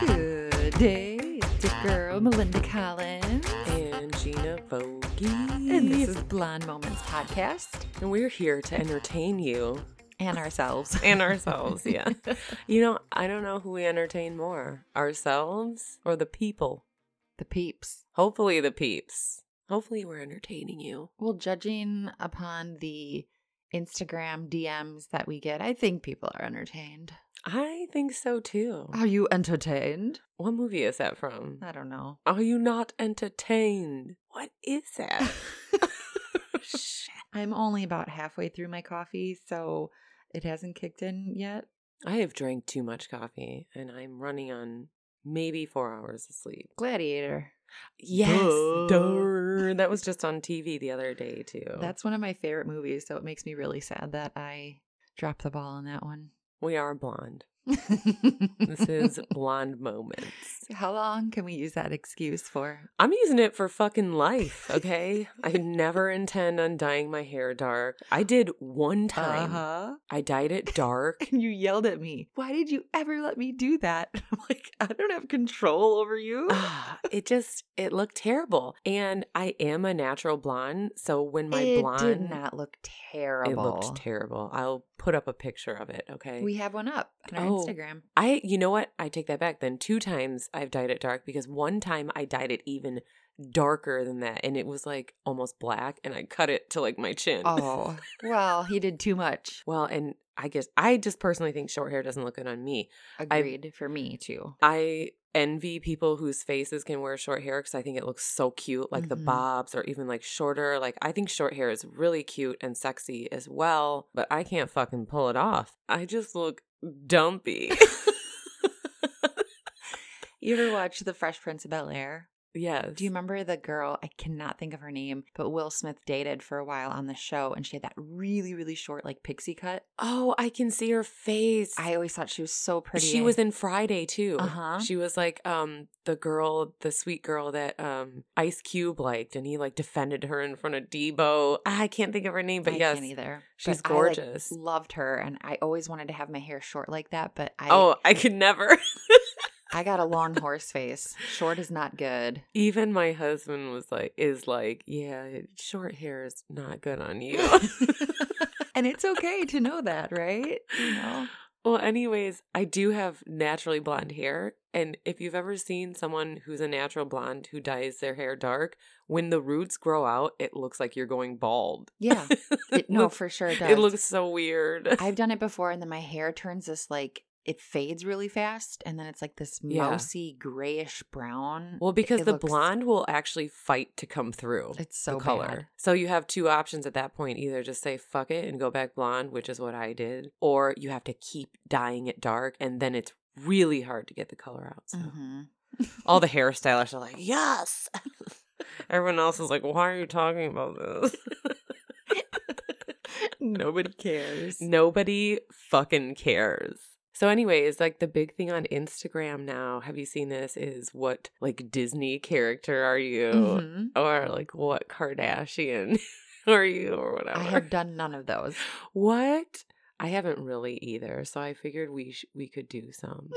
Good day. It's your girl, Melinda Collins. and Gina Vogie. And this is Blonde Moments Podcast And we're here to entertain you and ourselves. and ourselves. Yeah. you know, I don't know who we entertain more ourselves or the people. The peeps. Hopefully, the peeps. Hopefully, we're entertaining you. Well, judging upon the Instagram DMs that we get, I think people are entertained. I think so too. Are you entertained? What movie is that from? I don't know. Are you not entertained? What is that? I'm only about halfway through my coffee, so it hasn't kicked in yet. I have drank too much coffee and I'm running on maybe four hours of sleep. Gladiator. Yes, Duh. duh. that was just on TV the other day too. That's one of my favorite movies, so it makes me really sad that I dropped the ball on that one. we are blonde. This is blonde moments. How long can we use that excuse for? I'm using it for fucking life, okay? I never intend on dyeing my hair dark. I did one time. huh. I dyed it dark. And Uh-huh. you yelled at me. Why did you ever let me do that? I'm like, I don't have control over you. Ah, it just it looked terrible. And I am a natural blonde, so when my it blonde did not look terrible. it looked terrible. I'll put up a picture of it, okay? We have one up on our Oh. Instagram. I you know what? I take that back then. Two times I've dyed it dark because one time I dyed it even darker than that and it was like almost black and I cut it to like my chin. Oh, well, he did too much. well, and I guess I just personally think short hair doesn't look good on me. Agreed for me too. I envy people whose faces can wear short hair because I think it looks so cute, like the Mhm. bobs or even like shorter. Like I think short hair is really cute and sexy as well, but I can't fucking pull it off. I just look dumpy. You ever watch The Fresh Prince of Bel Air? yes. Do you remember the girl? I cannot think of her name, but Will Smith dated for a while on the show, and she had that really, really short, like pixie cut. Oh, I can see her face. I always thought she was so pretty. She was in Friday too. Uh-huh. She was like um the girl, the sweet girl that um Ice Cube liked, and he like defended her in front of Debo. I can't think of her name, but I yes, can't either. she's But I, like, gorgeous. loved her, and I always wanted to have my hair short like that, but I oh, I could never. I got a long horse face. Short is not good. Even my husband was like, is like, yeah, short hair is not good on you. and it's okay to know that, right? You know. Well, anyways, I do have naturally blonde hair. And if you've ever seen someone who's a natural blonde who dyes their hair dark, when the roots grow out, it looks like you're going bald. Yeah. It, no, looks- for sure it does. it looks so weird. I've done it before, and then my hair turns this like it fades really fast, and then it's like this Yeah. mousy grayish brown. Well, because it the looks- blonde will actually fight to come through It's so the bad. color. So you have two options at that point. Either just say fuck it and go back blonde, which is what I did, or you have to keep dyeing it dark and then it's really hard to get the color out. So Mhm. all the hairstylists are like, yes. Everyone else is like, why are you talking about this? Nobody cares. Nobody fucking cares. So, anyways, like the big thing on Instagram now, have you seen this? Is what like Disney character are you? Mhm. Or like what Kardashian are you or whatever? I have done none of those. what? I haven't really either. So I figured we sh- we could do some.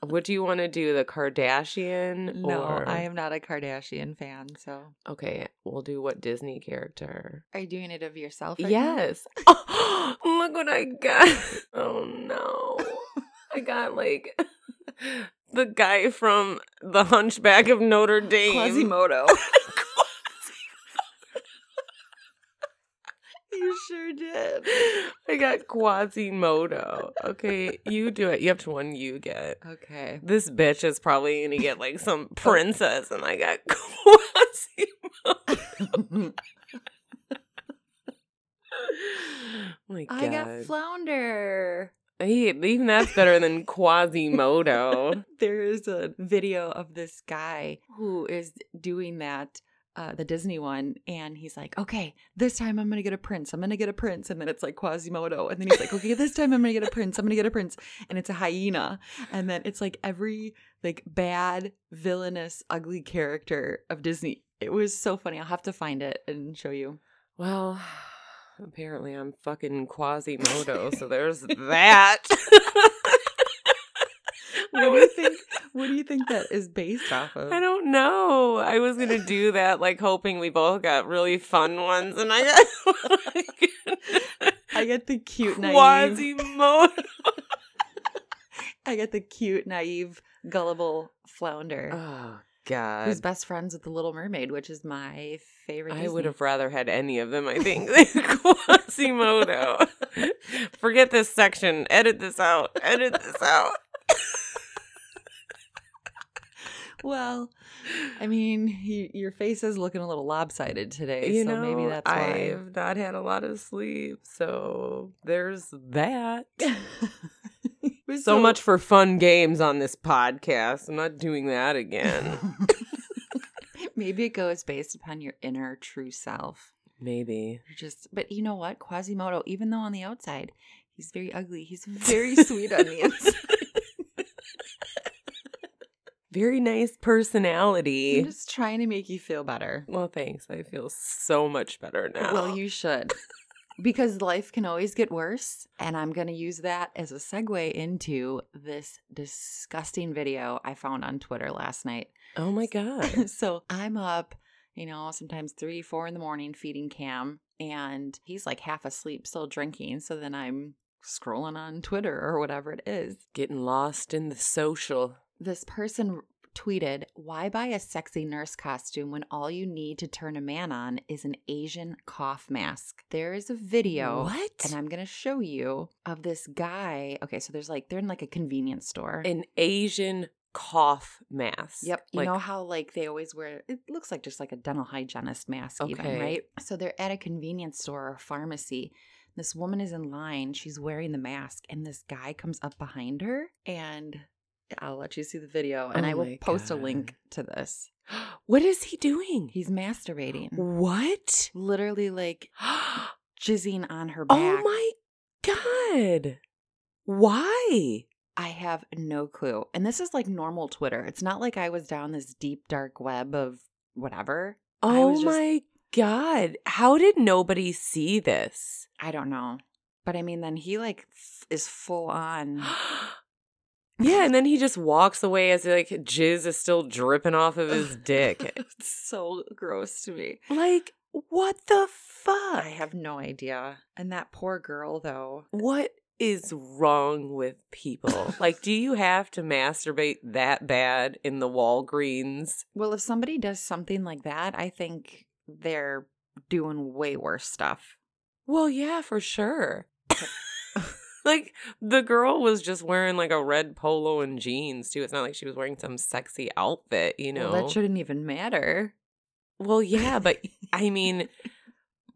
what do you want to do? The Kardashian? no, or... I am not a Kardashian fan. So, Okay, we'll do what Disney character? are you doing it of yourself? Right now? yes. Look what I got. Oh no. I got like the guy from The Hunchback of Notre Dame. Quasimodo. you sure did. I got Quasimodo. Okay, you do it. You have to one you get. Okay. This bitch is probably gonna get like Oh. some princess, and I got Quasimodo. Oh My God. I got flounder. Hey, even that's better than Quasimodo. There is a video of this guy who is doing that, uh, the Disney one, and he's like, okay, this time I'm going to get a prince. I'm going to get a prince. And then it's like Quasimodo. And then he's like, okay, this time I'm going to get a prince. I'm going to get a prince. And it's a hyena. And then it's like every like bad, villainous, ugly character of Disney. It was so funny. I'll have to find it and show you. Well, apparently I'm fucking Quasimodo, so there's that. What do you think? What do you think that is based off of? I don't know. I was gonna do that, like hoping we both got really fun ones, and I got I get the cute, naive. Quasimodo. I get the cute, naive, gullible flounder Oh who's God! best friends with the Little Mermaid, which is my favorite. I Disney. would have rather had any of them. I think than Quasimodo. Forget this section. Edit this out. Edit this out. Well, I mean, you, your face is looking a little lopsided today, so maybe that's why. I've not had a lot of sleep, so there's that. We're So much for fun games on this podcast. I'm not doing that again. Maybe it goes based upon your inner true self. Maybe. You're just, but you know what? Quasimodo, even though on the outside he's very ugly, he's very sweet on the inside. Very nice I'm personality. just trying to make you feel better. Well, thanks. I feel so much better now. Well, you should. Because life can always get worse. And I'm going to use that as a segue into this disgusting video I found on Twitter last night. Oh my god. so I'm up, you know, sometimes three, four in the morning feeding Cam, and he's like half asleep, still drinking. So then I'm scrolling on Twitter or whatever it is. Getting lost in the social. This person tweeted, Why buy a sexy nurse costume when all you need to turn a man on is an Asian cough mask? There is a video. What? And I'm going to show you of this guy. Okay, so there's like, they're in like a convenience store. An Asian cough mask. Yep. You Like, know how like they always wear it looks like just like a dental hygienist mask, even, Okay. right? So they're at a convenience store or pharmacy. This woman is in line, she's wearing the mask, and this guy comes up behind her and I'll let you see the video and Oh I will my post a God. link to this. what is he doing? He's masturbating. What? Literally like jizzing on her back. Oh my god. Why? I have no clue. And this is like normal Twitter. It's not like I was down this deep dark web of whatever. I Oh was just- my god. How did nobody see this? I don't know. But I mean, then he like f- is full on. yeah, and then he just walks away as like jizz is still dripping off of his dick. it's so gross to me. like, what the fuck? I have no idea. And that poor girl, though. what is wrong with people? like, do you have to masturbate that bad in the Walgreens? Well, if somebody does something like that, I think they're doing way worse stuff. Well, yeah, for sure. like the girl was just wearing like a red polo and jeans too. It's not like she was wearing some sexy outfit, you know. well, that shouldn't even matter. Well, yeah, but I mean,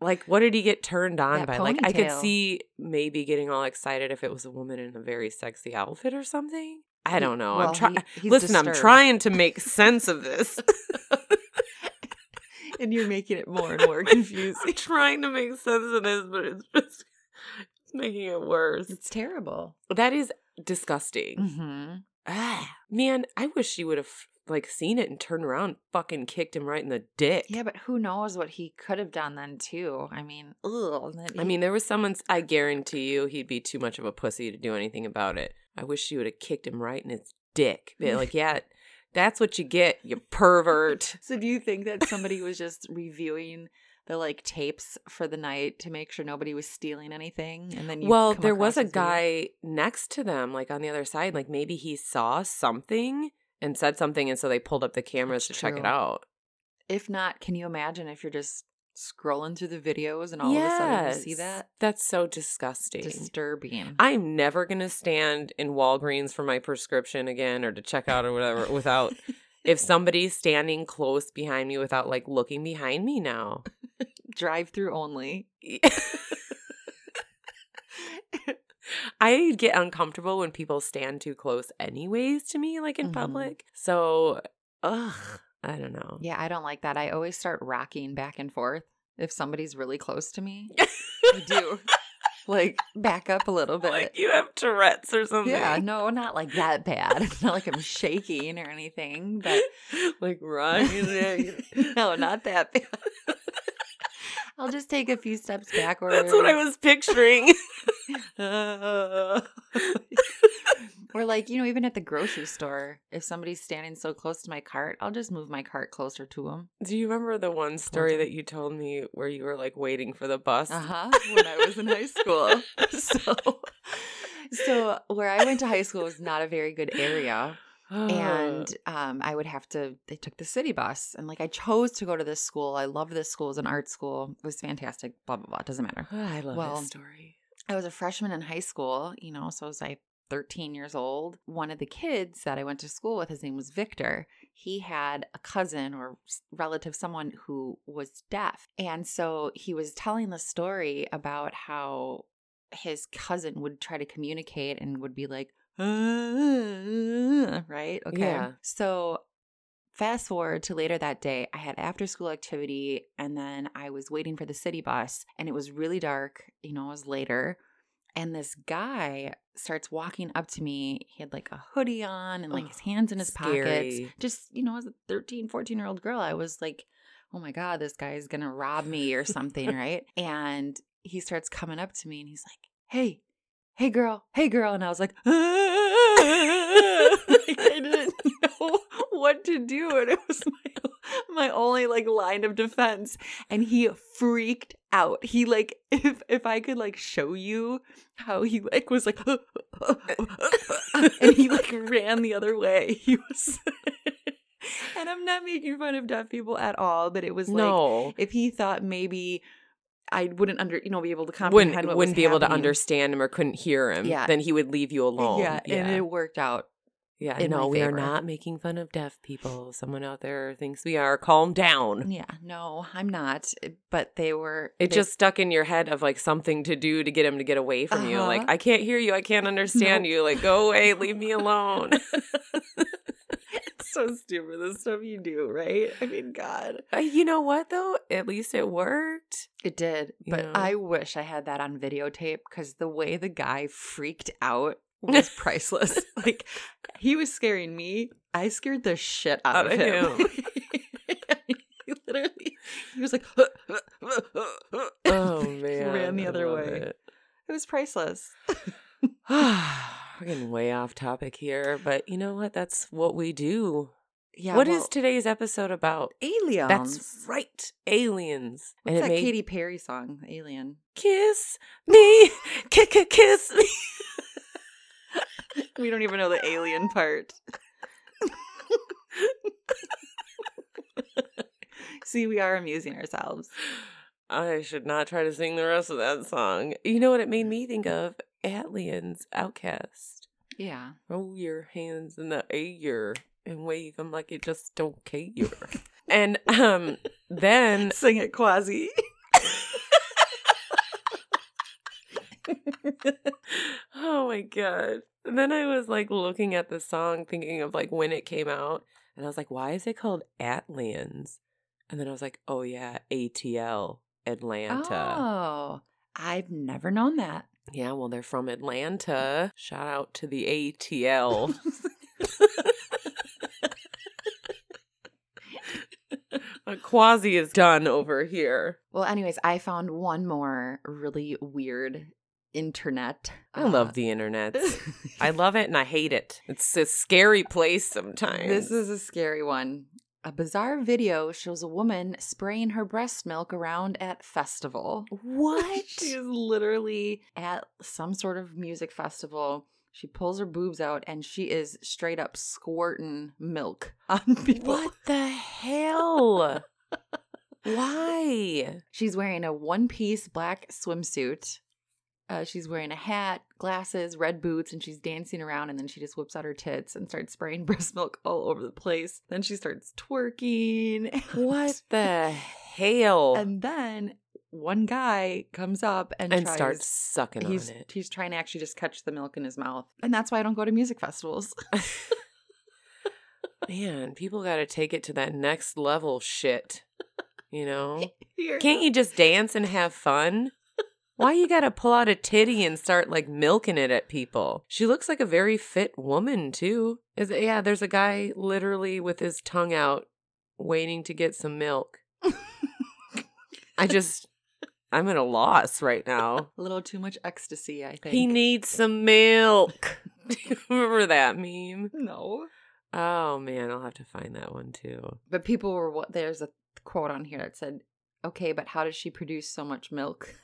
like, what did he get turned on That by? Like, I could ponytail. see maybe getting all excited if it was a woman in a very sexy outfit or something. I don't know. Well, I'm trying. he- he's Listen, I'm disturbed. trying to make sense of this. and you're making it more and more confusing. I'm trying to make sense of this, but it's just it's making it worse. it's terrible. That is disgusting. Mm-hmm. Ah, man, I wish she would have like seen it and turned around, and fucking kicked him right in the dick. Yeah, but who knows what he could have done then too? I mean, ugh. and then I he- mean, there was someone. I guarantee you, he'd be too much of a pussy to do anything about it. I wish she would have kicked him right in his dick. Be like, yeah, that's what you get, you pervert. So do you think that somebody was just reviewing the like tapes for the night to make sure nobody was stealing anything? And then you well, come there was a across this video? guy next to them, like on the other side. Like maybe he saw something and said something, and so they pulled up the cameras That's to check it true. out. If not, can you imagine if you're just scrolling through the videos and all of a sudden you see Yes. that? That's so disgusting. Disturbing. I'm never going to stand in Walgreens for my prescription again or to check out or whatever without if somebody's standing close behind me without like looking behind me now. Drive through only. I get uncomfortable when people stand too close anyways to me like in Mhm. public. So, ugh, I don't know. Yeah, I don't like that. I always start rocking back and forth if somebody's really close to me. I do. Like back up a little bit. like you have Tourette's or something. yeah, no, not like that bad. It's not like I'm shaking or anything, but like Ryan. no, not that bad. I'll just take a few steps backwards. That's what I was picturing. or like, you know, even at the grocery store, if somebody's standing so close to my cart, I'll just move my cart closer to them. Do you remember the one story that you told me where you were like waiting for the bus? Uh huh. When I was in high school, so so where I went to high school was not a very good area, Oh. and um, I would have to. They took the city bus, and like I chose to go to this school. I loved this school. It was an art school. It was fantastic. Blah blah blah. Doesn't matter. I love Well, this story. I was a freshman in high school, you know, so I was like 13 years old. One of the kids that I went to school with, his name was Victor. He had a cousin or s- relative, someone who was deaf. And so he was telling the story about how his cousin would try to communicate and would be like, "Uh, right? Okay. Yeah. So fast forward to later that day, I had after school activity and then I was waiting for the city bus and it was really dark. You know, it was later. And this guy starts walking up to me. He had like a hoodie on and like his Ugh, hands in his pockets. scary. Just, you know, as a 13, 14 year old girl, I was like, oh my God, this guy is going to rob me or something, right? And he starts coming up to me and he's like, hey, hey girl, hey girl. And I was like, like I didn't know what to do. And it was my, my only like line of defense. And he freaked out. He like, if, if I could like show you how he like was like, and he like ran the other way. He was, and I'm not making fun of deaf people at all, but it was like, no, if he thought maybe I wouldn't under you know be able to comprehend wouldn't what wouldn't was be able to happening. understand him or couldn't hear him. Yeah. then he would leave you alone. Yeah, yeah. and it worked out. Yeah, in my no, we are favor. not making fun of deaf people. Someone out there thinks we are. Calm down. Yeah, no, I'm not. But they were. It they- just stuck in your head of like something to do to get him to get away from you. Like, Uh-huh. I can't hear you. I can't understand Nope. you. Like, go away. Leave me alone. it's so stupid. The stuff you do, right? I mean, God, Uh, you know what, though? At least it worked. it did. But Yeah. I wish I had that on videotape because the way the guy freaked out was priceless. like he was scaring me. I scared the shit out, of, him. he literally, he was like, Oh, man. Ran the I other love way. it. It was priceless. We're getting way off topic here, but you know what? That's what we do. Yeah. What is well, today's episode about? aliens? That's right. Aliens. What's that made- Katy Perry song, Alien. kiss me, kick a kiss me. We don't even know the alien part. See, we are amusing ourselves. I should not try to sing the rest of that song. You know what it made me think of? Aliens, Outcast. Yeah. Roll your hands in the air and wave them like you just don't care. and um, then Sing it, Quasi. oh my god. And then I was like looking at the song, thinking of like when it came out, and I was like, why is it called Atlan's? And then I was like, oh yeah, ATL, Atlanta. Oh, I've never known that. Yeah, well, they're from Atlanta. Shout out to the ATL. A quasi is done over here. Well, anyways, I found one more really weird internet. uh, I Ah. love the internet. I love it and I hate it. It's a scary place sometimes. This is a scary one. A bizarre video shows a woman spraying her breast milk around at festival. what? she is literally at some sort of music festival. She pulls her boobs out and she is straight up squirting milk on people. What the hell? Why? She's wearing a one piece black swimsuit. Uh, she's wearing a hat, glasses, red boots, and she's dancing around. And then she just whips out her tits and starts spraying breast milk all over the place. Then she starts twerking. and- What the hell? And, And then one guy comes up and, tries- starts sucking on He's it. he's trying to actually just catch the milk in his mouth, and that's why I don't go to music festivals. Man, people got to take it to that next level shit. You know? Here. Can't you just dance and have fun? Why you gotta pull out a titty and start like milking it at people? She looks like a very fit woman too. Is it, yeah, there's a guy literally with his tongue out, waiting to get some milk. I just I'm at a loss right now. A little too much ecstasy, I think. he needs some milk. Do you remember that meme? no. Oh man, I'll have to find that one too. But people were what there's a quote on here that said, "Okay, but how does she produce so much milk?"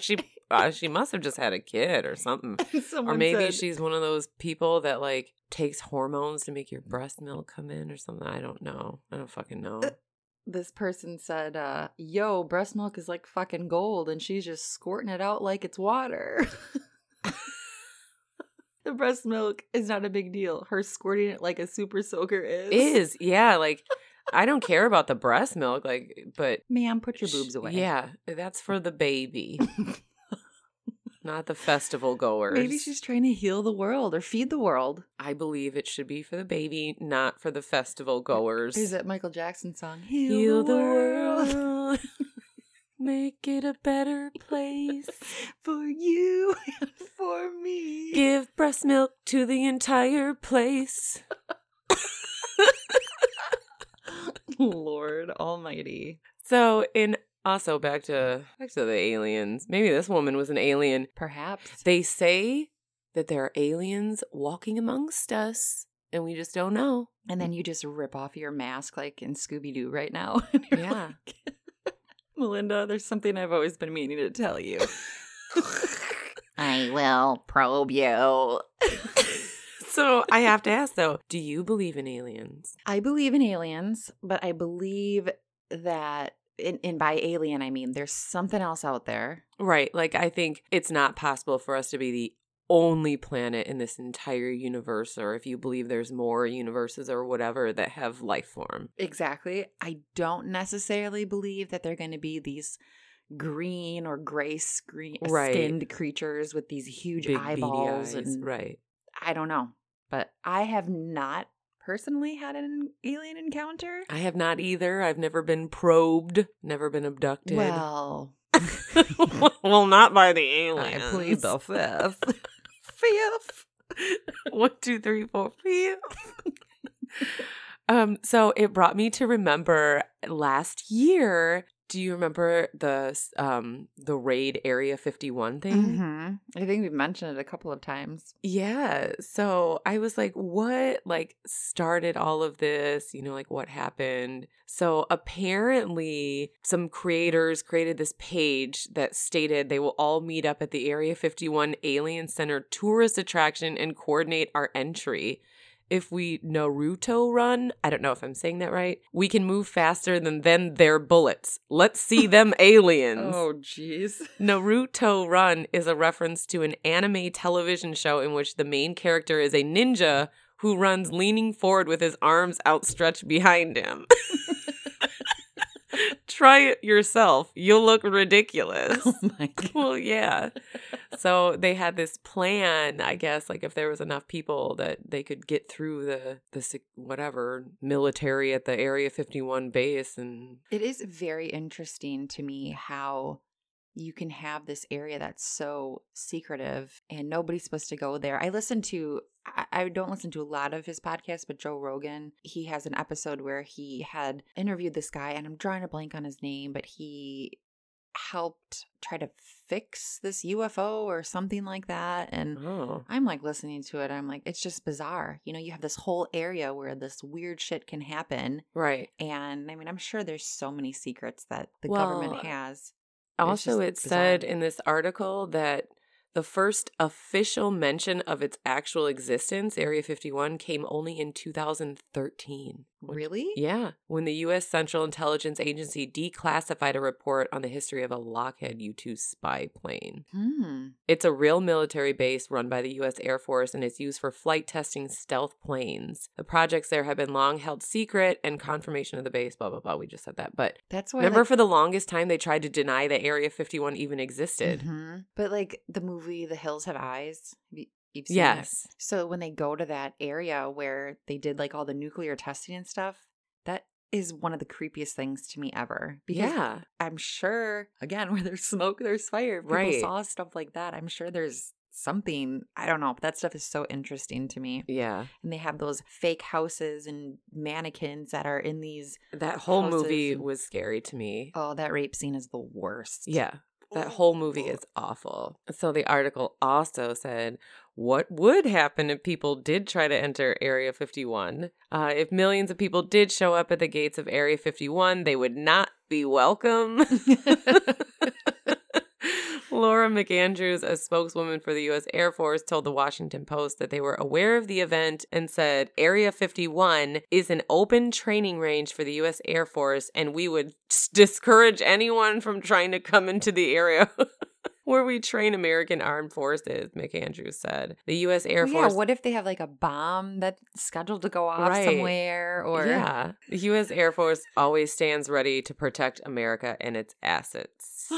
she uh, she must have just had a kid or something. Or maybe she's one of those people that like takes hormones to make your breast milk come in or something. I don't know. I don't fucking Uh, know. this person said, uh, "Yo, breast milk is like fucking gold, and she's just squirting it out like it's water." the breast milk is not a big deal. Her squirting it like a super soaker is. Is yeah, like I don't care about the breast milk, like, but Ma'am, put your sh- boobs away. Yeah, that's for the baby, not the festival goers. Maybe she's trying to heal the world or feed the world. I believe it should be for the baby, not for the festival goers. There's that Michael Jackson song, Heal, Heal, the world. Make it a better place. for you and for me. Give breast milk to the entire place. Lord Almighty. So in also back to back to the aliens. Maybe this woman was an alien. Perhaps. They say that there are aliens walking amongst us and we just don't know. And then you just rip off your mask like in Scooby Doo right now. And you're Yeah. like, Melinda, there's something I've always been meaning to tell you. I will probe you. So I have to ask though, do you believe in aliens? I believe in aliens, but I believe that, and, and by alien, I mean there's something else out there. Right. Like, I think it's not possible for us to be the only planet in this entire universe, or if you believe there's more universes or whatever that have life form. Exactly. I don't necessarily believe that they're going to be these green or gray screen- Right. skinned creatures with these huge Big beady eyeballs. eyes. And Right. I don't know. But I have not personally had an alien encounter. I have not either. I've never been probed, never been abducted. Well, well, not by the I aliens. plead the fifth. fifth. One, two, three, four, five. um, so it brought me to remember last year. Do you remember the um the raid Area Fifty One thing? Mhm. I think we've mentioned it a couple of times. Yeah. So I was like, what like started all of this? You know, like what happened? So apparently some creators created this page that stated they will all meet up at the Area 51 Alien Center tourist attraction and coordinate our entry. If we Naruto run, I don't know if I'm saying that right, we can move faster than then their bullets. Let's see them aliens. Oh, jeez. Naruto Run is a reference to an anime television show in which the main character is a ninja who runs leaning forward with his arms outstretched behind him. Try it yourself. You'll look ridiculous. Oh my God. well, yeah. So they had this plan, I guess, like if there was enough people that they could get through the the sec- whatever military at the Area 51 base and It is very interesting to me how you can have this area that's so secretive and nobody's supposed to go there. I listen to, I, I don't listen to a lot of his podcasts, but Joe Rogan, he has an episode where he had interviewed this guy, and I'm drawing a blank on his name, but he helped try to fix this UFO or something like that. And oh. I'm like listening to it, I'm like, it's just bizarre. You know, you have this whole area where this weird shit can happen. Right. And I mean, I'm sure there's so many secrets that the Well, government has. It's Also, just it said bizarre. in this article that the first official mention of its actual existence, Area 51, came only in 2013. which- Really? Yeah, when the U.S. Central Intelligence Agency declassified a report on the history of a Lockheed U 2 spy plane. Hmm. It's a real military base run by the U.S. Air Force and it's used for flight testing stealth planes. The projects there have been long held secret and confirmation of the base, blah, blah, blah. We just said that. But That's why. Remember, like, for the longest time, they tried to deny that Area 51 even existed. Mhm. But like the movie The Hills Have Eyes. Have you- You've seen it? Yes. So when they go to that area where they did like all the nuclear testing and stuff, that is one of the creepiest things to me ever. Because yeah. I'm sure, again, where there's smoke, there's fire. If People Right. saw stuff like that. I'm sure there's something. I don't know. But that stuff is so interesting to me. Yeah. And they have those fake houses and mannequins that are in these. That whole Houses movie and- was scary to me. Oh, that rape scene is the worst. Yeah. oh, That whole movie is awful. So the article also said what would happen if people did try to enter Area 51? Uh, if millions of people did show up at the gates of Area 51, they would not be welcome. Laura McAndrews, a spokeswoman for the U.S. Air Force, told the Washington Post that they were aware of the event and said Area 51 is an open training range for the U.S. Air Force, and we would s- discourage anyone from trying to come into the area. Where we train American armed forces, McAndrews said. The U.S. Air Well, Force Yeah, what if they have like a bomb that's scheduled to go off Right. somewhere? Or yeah, the U.S. Air Force always stands ready to protect America and its assets.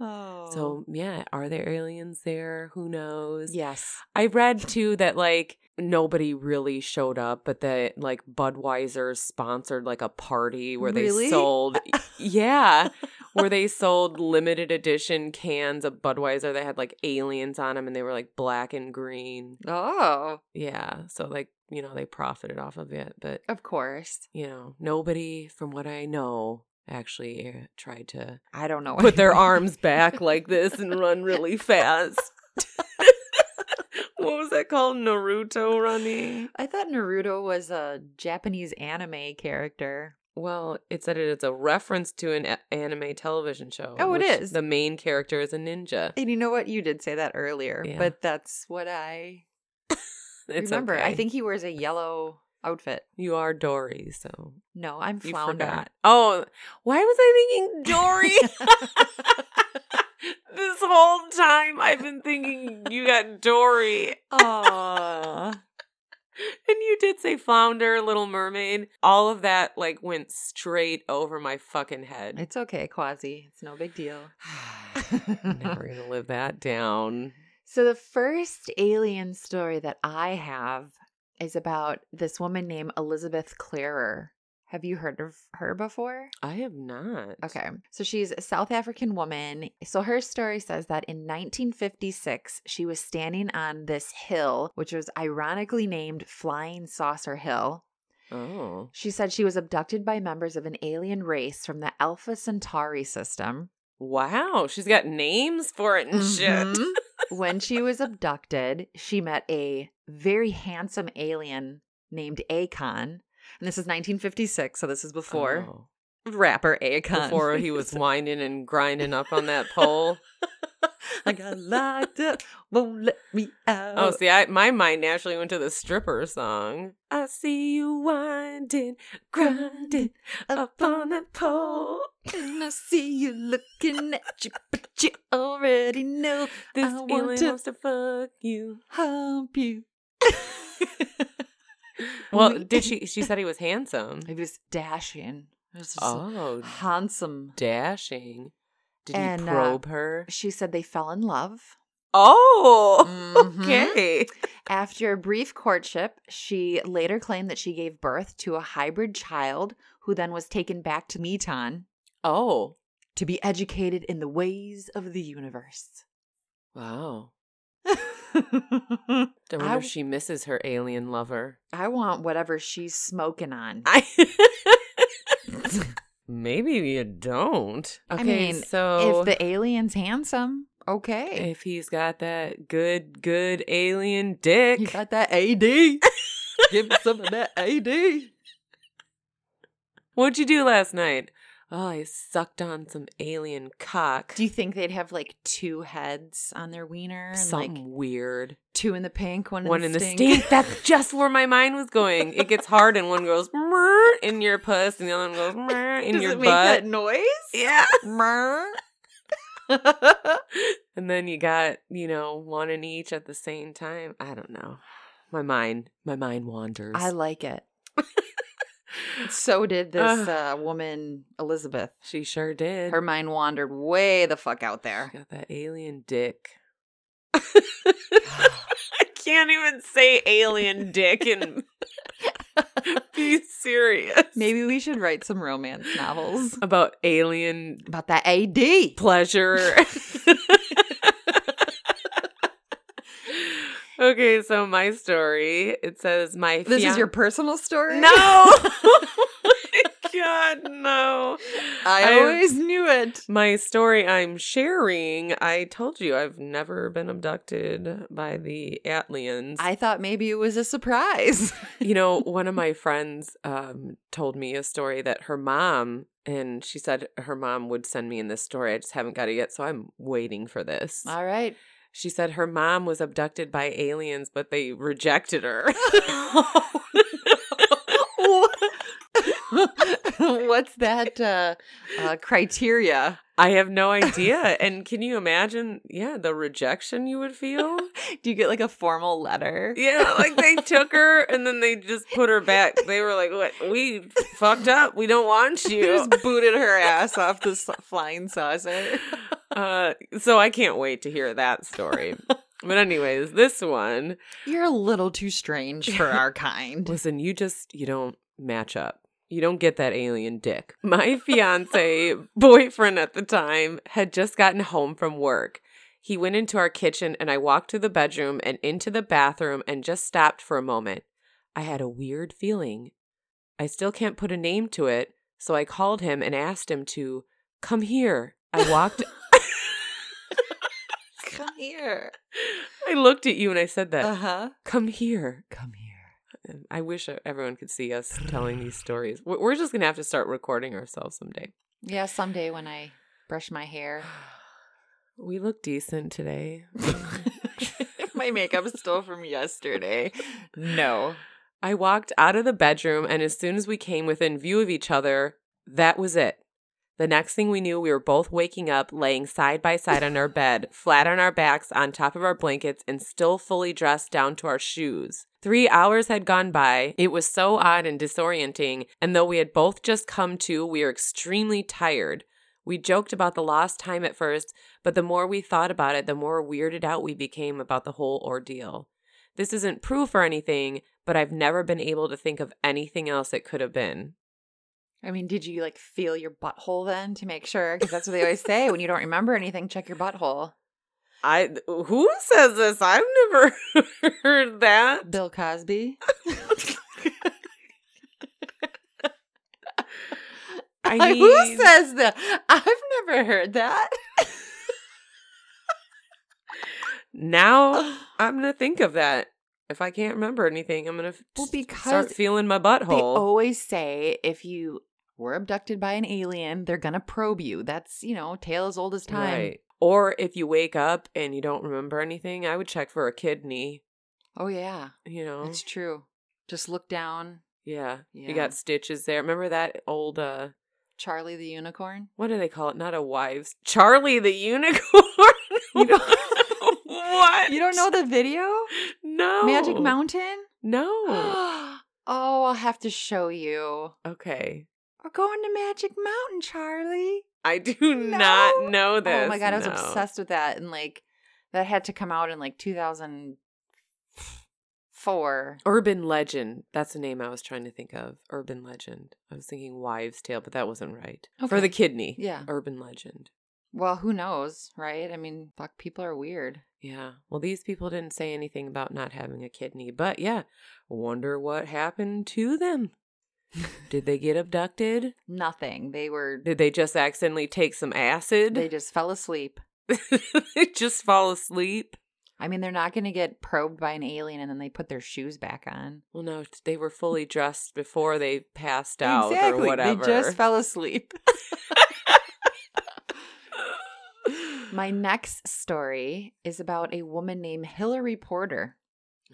oh, So yeah, are there aliens there? Who knows? yes, I read too that like nobody really showed up, but that like Budweiser sponsored like a party where they Really? sold, yeah, where they sold limited edition cans of Budweiser that had like aliens on them, and they were like black and green. oh, Yeah, so like you know they profited off of it, but of course. you know, nobody from what I know actually uh, tried to I don't know. put their anybody. arms back like this and run really fast. what was that called? Naruto running? I thought Naruto was a Japanese anime character. Well, it said it is a reference to an a- anime television show. in Oh, it which is. The main character is a ninja. And you know what? You did say that earlier, Yeah. but that's what I It's remember. I okay. think he wears a yellow outfit. you are Dory, so No, I'm you flounder. forgot. Oh, why was I thinking Dory? this whole time I've been thinking you got Dory. Aw. And you did say flounder, little mermaid. All of that like went straight over my fucking head. it's okay, Quasi. It's no big deal. Never gonna live that down. So the first alien story that I have is about this woman named Elizabeth Clarer. Have you heard of her before? I have not. Okay. So she's a South African woman. So her story says that in 1956, she was standing on this hill, which was ironically named Flying Saucer Hill. Oh. She said she was abducted by members of an alien race from the Alpha Centauri system. Wow. She's got names for it and shit. Mhm. when she was abducted, she met a very handsome alien named Akon. And this is 1956, so this is before Oh. rapper Akon. Before he was winding and grinding up on that pole. I got locked up, won't let me out. Oh, see, I, my mind naturally went to the stripper song. I see you winding, grinding up on that pole. and I see you looking at you, but you already know This I want alien to- wants to fuck you. hump you. Well, did she? She said he was handsome. It was dashing. It was just Oh, handsome. dashing. Did And, he uh, probe her? She said they fell in love. Oh, Mhm. okay. After a brief courtship, she later claimed that she gave birth to a hybrid child who then was taken back to Meton Oh, to be educated in the ways of the universe. wow. I I wonder if w- she misses her alien lover. want whatever she's smoking on. I. Maybe you don't. I Okay, mean, so if the alien's handsome, okay. if he's got that good, good alien dick, You got that AD. Give me some of that AD. what'd you do last night? Oh, I sucked on some alien cock. Do you think they'd have like two heads on their wiener and Something like weird. two in the pink, one in one the in the stink? stink. That's just where my mind was going. It gets hard, and one goes "Mer," in your puss, and the other one goes "Mer," in Does your it butt. make that noise? yeah. Mer. and then you got you know one in each at the same time. I don't know. My mind, my mind wanders. I like it. So did this uh, woman Elizabeth. she sure did. Her mind wandered way the fuck out there. She got that alien dick. I can't even say alien dick and be serious. Maybe we should write some romance novels about alien about that AD. pleasure. Okay, so my story. It says my. This is fian- your personal story? No. Oh my God, no. I always knew it. My story I'm sharing, I told you I've never been abducted by the Atlians. I thought maybe it was a surprise. you know, one of my friends um, told me a story that her mom, and she said her mom would send me in this story. I just haven't got it yet, so I'm waiting for this. All right. She said her mom was abducted by aliens, but they rejected her. What's that uh, uh, criteria? I have no idea. And can you imagine, yeah, the rejection you would feel? Do you get like a formal letter? Yeah, like they took her and then they just put her back. They were like, "What? We fucked up. We don't want She you." just booted her ass off the s- flying saucer. Uh, so I can't wait to hear that story. But anyways, this one. You're a little too strange for our kind. Listen, you just you don't match up. You don't get that alien dick. My fiance boyfriend at the time had just gotten home from work. He went into our kitchen and I walked to the bedroom and into the bathroom and just stopped for a moment. I had a weird feeling. I still can't put a name to it, so I called him and asked him to come here. I walked Come here. I looked at you and I said that. Uh huh. come here. Come here. I wish uh, everyone could see us telling these stories. We're we're just going to have to start recording ourselves someday. Yeah, someday when I brush my hair. We look decent today. my makeup's still from yesterday. No. I walked out of the bedroom, and as soon as we came within view of each other, that was it. The next thing we knew, we were both waking up, laying side by side on our bed, flat on our backs, on top of our blankets, and still fully dressed down to our shoes. Three hours had gone by. It was so odd and disorienting, and though we had both just come to, we were extremely tired. We joked about the lost time at first, but the more we thought about it, the more weirded out we became about the whole ordeal. This isn't proof or anything, but I've never been able to think of anything else it could have been. I mean, did you like feel your butthole then to make sure? Because that's what they always say when you don't remember anything, check your butthole. I who says this? I've never heard that. Bill Cosby. I Who mean, says that? I've never heard that. now I'm gonna think of that. If I can't remember anything, I'm gonna f- Well, just because start feeling my They butthole. always say if you were abducted by an alien, they're gonna probe you. That's you know, tale as old as time. Right. Or if you wake up and you don't remember anything, I would check for a kidney. Oh yeah, You know, it's true. Just look down, yeah. Yeah. you got stitches there. Remember that old uh, Charlie the unicorn. what do they call it? Not a wives. Charlie the unicorn. You don't- what? You don't know the video? No. Magic Mountain. No. oh, I'll have to show you. okay. We're going to Magic Mountain, Charlie. I do No? not know this. Oh my god, I was no. obsessed with that, and like that had to come out in like 2004. Urban legend. That's the name I was trying to think of. Urban legend. I was thinking wives' tale, but that wasn't right. For Okay. the kidney. Yeah. Urban legend. Well, who knows, right? I mean, fuck, people are weird. Yeah. Well, these people didn't say anything about not having a kidney, but yeah. Wonder what happened to them. Did they get abducted? Nothing. They were. Did they just accidentally take some acid? They just fell asleep. They just fall asleep? I mean, they're not going to get probed by an alien and then they put their shoes back on. Well, no, they were fully dressed before they passed out or whatever. They just fell asleep. My next story is about a woman named Hillary Porter.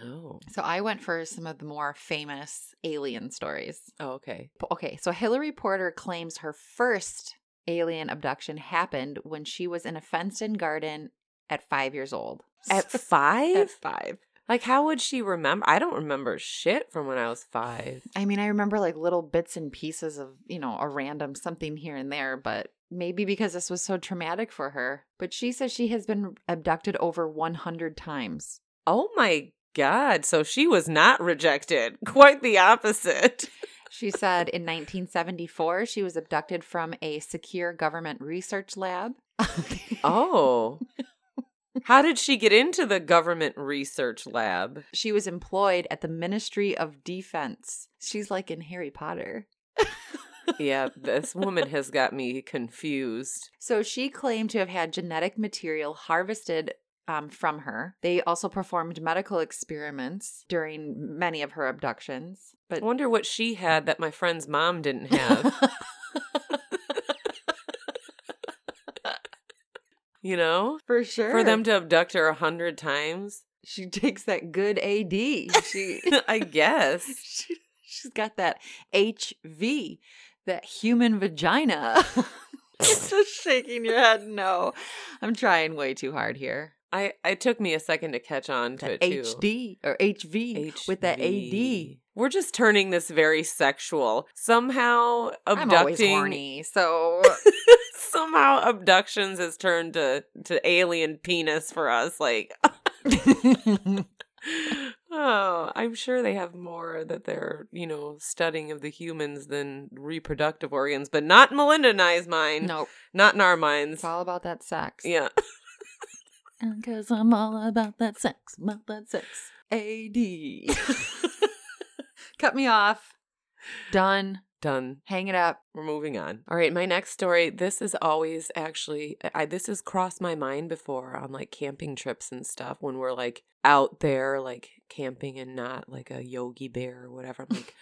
oh. So I went for some of the more famous alien stories. oh, okay. P- Okay, so Hillary Porter claims her first alien abduction happened when she was in a fenced in garden at five years old. At So- five? at five. Like, how would she remember? I don't remember shit from when I was five. I mean, I remember like little bits and pieces of, you know, a random something here and there, but maybe because this was so traumatic for her. But she says she has been abducted over 100 times. Oh my God. So she was not rejected. Quite the opposite. She said in 1974, she was abducted Uh, from a secure government research lab. Oh. How did she get into the government research lab? She was employed at the Ministry of Defense. She's like in Harry Potter. Yeah, this woman has got me confused. So she claimed to have had genetic material harvested um, from her. They also performed medical experiments during many of her abductions. I But wonder what she had that my friend's mom didn't have. you know, for sure, for them to abduct her a hundred times. she takes that good AD. She I guess. she, she's got that HV, that human vagina. Just shaking your head. No, I'm trying way too hard here. I it took me a second to catch on to That it too. HD or HV with that AD. HV. We're just turning this very sexual. Somehow I'm always abducting horny, so somehow abductions has turned to to alien penis for us like oh, I'm sure they have more that they're, you know, studying of the humans than reproductive organs, but not in Melinda and I's mind. nope. Not in our minds. It's all about that sex. Yeah. Because I'm all about that sex, about that sex. AD. Cut me off. Done. Done. Hang it up. We're moving on. All right, my next story. This is always actually I this has crossed my mind before on like camping trips and stuff when we're like out there like camping and not like a yogi bear or whatever. I'm like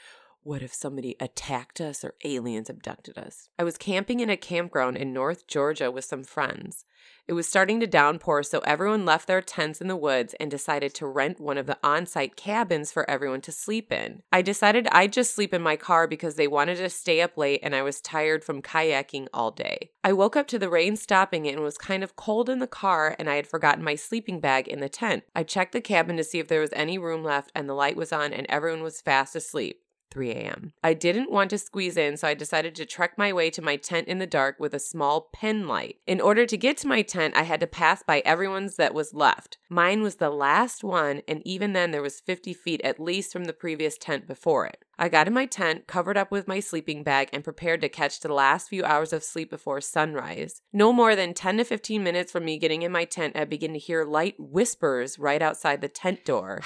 What if somebody attacked us or aliens abducted us? I was camping in a campground in North Georgia with some friends. It was starting to downpour, so everyone left their tents in the woods and decided to rent one of the on site cabins for everyone to sleep in. I decided I'd just sleep in my car because they wanted to stay up late and I was tired from kayaking all day. I woke up to the rain stopping and it was kind of cold in the car, and I had forgotten my sleeping bag in the tent. I checked the cabin to see if there was any room left, and the light was on and everyone was fast asleep. 3 a.m. I didn't want to squeeze in, so I decided to trek my way to my tent in the dark with a small pen light. In order to get to my tent, I had to pass by everyone's that was left. Mine was the last one, and even then, there was 50 feet at least from the previous tent before it. I got in my tent, covered up with my sleeping bag, and prepared to catch the last few hours of sleep before sunrise. No more than 10 to 15 minutes from me getting in my tent, I begin to hear light whispers right outside the tent door.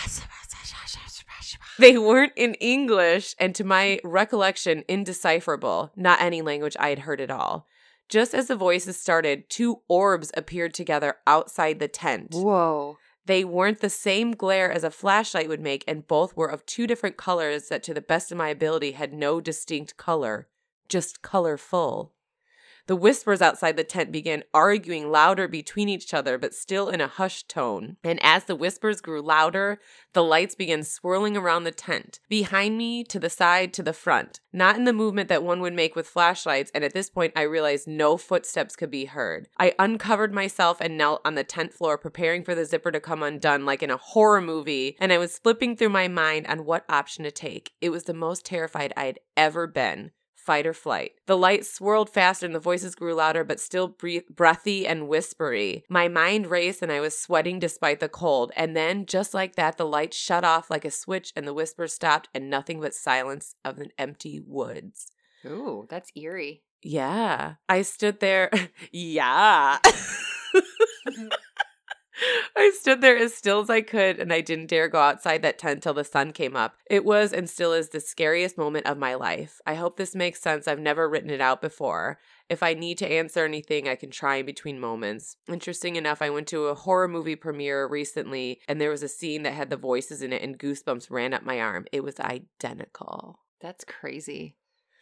They weren't in English and to my recollection, indecipherable, not any language I had heard at all. Just as the voices started, two orbs appeared together outside the tent. Whoa. They weren't the same glare as a flashlight would make, and both were of two different colors that, to the best of my ability, had no distinct color, just colorful. The whispers outside the tent began arguing louder between each other, but still in a hushed tone. And as the whispers grew louder, the lights began swirling around the tent, behind me, to the side, to the front, not in the movement that one would make with flashlights. And at this point, I realized no footsteps could be heard. I uncovered myself and knelt on the tent floor, preparing for the zipper to come undone like in a horror movie. And I was flipping through my mind on what option to take. It was the most terrified I had ever been fight or flight. The light swirled faster and the voices grew louder, but still breath- breathy and whispery. My mind raced and I was sweating despite the cold. And then, just like that, the light shut off like a switch and the whispers stopped, and nothing but silence of an empty woods. Ooh, that's eerie. Yeah. I stood there. yeah. I stood there as still as I could, and I didn't dare go outside that tent till the sun came up. It was and still is the scariest moment of my life. I hope this makes sense. I've never written it out before. If I need to answer anything, I can try in between moments. Interesting enough, I went to a horror movie premiere recently, and there was a scene that had the voices in it, and goosebumps ran up my arm. It was identical. That's crazy.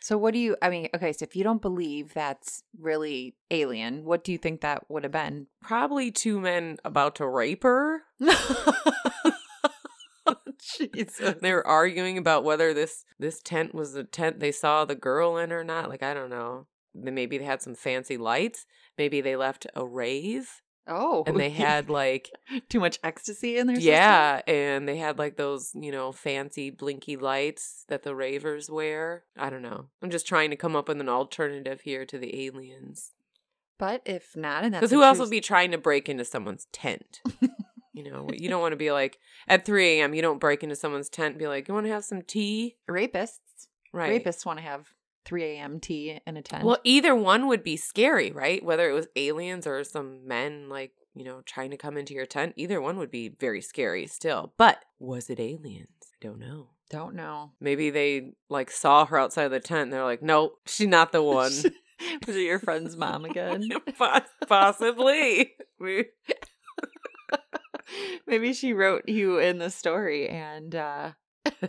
So what do you I mean, okay, so if you don't believe that's really alien, what do you think that would have been? Probably two men about to rape her. Jesus. they were arguing about whether this this tent was the tent they saw the girl in or not. Like I don't know. Then maybe they had some fancy lights. Maybe they left a rave Oh. and they had like too much ecstasy in their system? yeah, and they had like those you know fancy blinky lights that the ravers wear. I don't know. I'm just trying to come up with an alternative here to the aliens But if not, and that's because who else would be trying to break into someone's tent? You know, you don't want to be like at 3 a.m. You don't break into someone's tent and be like, "You want to have some tea?" rapists? Right. Rapists want to have 3 a.m. tea in a tent. Well, either one would be scary, right? Whether it was aliens or some men like, you know, trying to come into your tent, either one would be very scary still. But was it aliens? I don't know. Don't know. Maybe they like saw her outside the tent and they're like, nope, she's not the one. Was it your friend's mom again? Poss- Possibly. We- Maybe she wrote you in the story and uh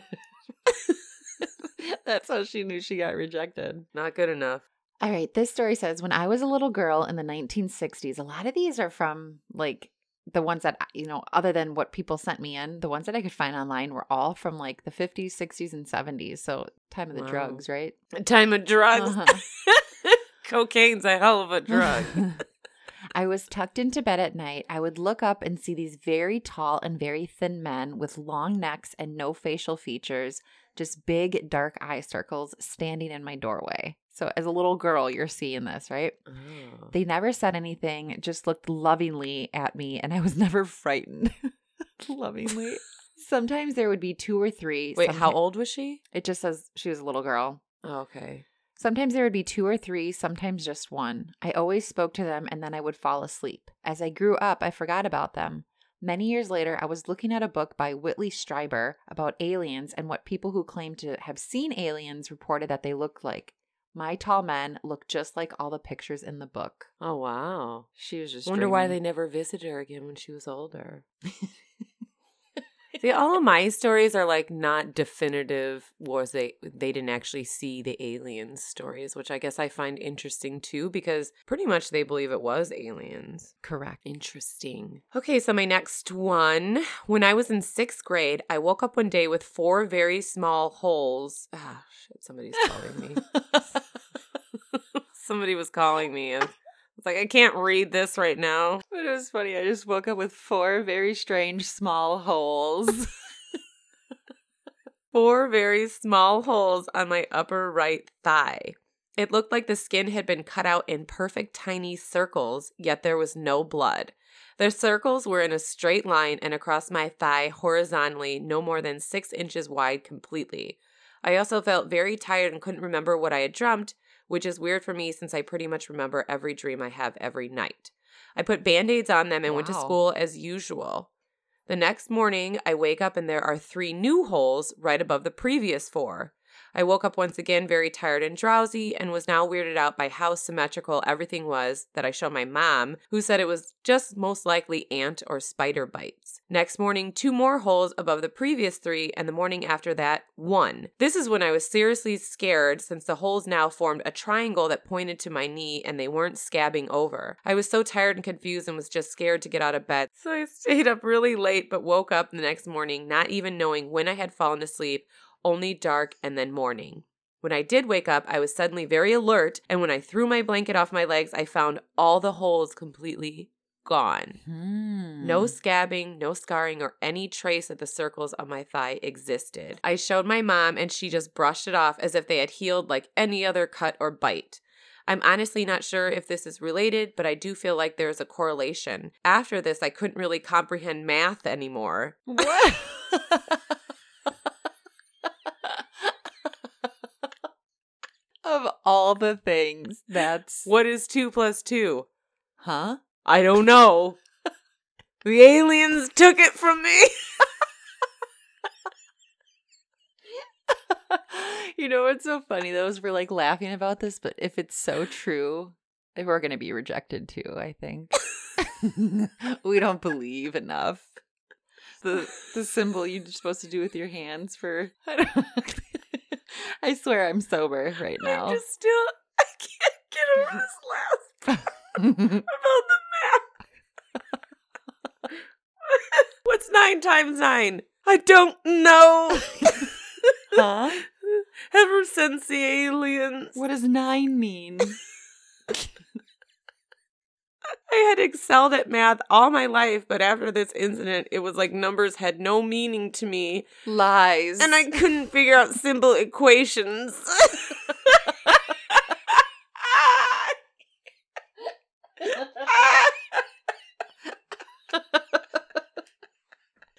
that's how she knew she got rejected. not good enough. All right, this story says when I was a little girl in the 1960s, a lot of these are from like the ones that, you know, other than what people sent me in, the ones that I could find online were all from like the 50s, 60s, and 70s. So, time of the Wow. drugs, right? Time of drugs. Uh-huh. Cocaine's a hell of a drug. I was tucked into bed at night. I would look up and see these very tall and very thin men with long necks and no facial features, just big dark eye circles standing in my doorway. So, as a little girl, you're seeing this, right? Oh. They never said anything, just looked lovingly at me, and I was never frightened. lovingly. Sometimes there would be two or three. Wait, how someti- old was she? It just says she was a little girl. Oh, okay. Sometimes there would be two or three, sometimes just one. I always spoke to them and then I would fall asleep. As I grew up, I forgot about them. Many years later, I was looking at a book by Whitley Strieber about aliens and what people who claim to have seen aliens reported that they looked like. My tall men looked just like all the pictures in the book. Oh, wow. She was just Wonder why they dreaming. never visited her again when she was older. See, all of my stories are like not definitive. Was they they didn't actually see the aliens stories, which I guess I find interesting too, because pretty much they believe it was aliens. correct. Interesting. Okay, so my next one. When I was in sixth grade, I woke up one day with four very small holes. Ah, shit! Somebody's calling me. Somebody was calling me. and It's like I can't read this right now. But it was funny. I just woke up with four very strange small holes. four very small holes on my upper right thigh. It looked like the skin had been cut out in perfect tiny circles, yet there was no blood. The circles were in a straight line and across my thigh horizontally, no more than six inches wide completely. I also felt very tired and couldn't remember what I had dreamt, which is weird for me since I pretty much remember every dream I have every night. I put band aids on them and went to Wow. school as usual. The next morning, I wake up and there are three new holes right above the previous four. I woke up once again very tired and drowsy and was now weirded out by how symmetrical everything was that I showed my mom, who said it was just most likely ant or spider bites. Next morning, two more holes above the previous three, and the morning after that, one. This is when I was seriously scared since the holes now formed a triangle that pointed to my knee and they weren't scabbing over. I was so tired and confused and was just scared to get out of bed. So I stayed up really late but woke up the next morning not even knowing when I had fallen asleep, only dark and then morning. When I did wake up, I was suddenly very alert, and when I threw my blanket off my legs, I found all the holes completely gone. Hmm. No scabbing, no scarring, or any trace of the circles on my thigh existed. I showed my mom, and she just brushed it off as if they had healed like any other cut or bite. I'm honestly not sure if this is related, but I do feel like there's a correlation. After this, I couldn't really comprehend math anymore. What? of all the things, that's What is two plus two? huh? I don't know. the aliens took it from me. you know what's so funny? Those we're like laughing about this, but if it's so true, then we're gonna be rejected too. I think we don't believe enough. The the symbol you're supposed to do with your hands for. I, don't, I swear I'm sober right now. I'm just still. I can't get over this last about the math. What's nine times nine? I don't know. huh? Ever since the aliens, What does nine mean? I had excelled at math all my life, but after this incident, it was like numbers had no meaning to me, Lies. and I couldn't figure out simple equations.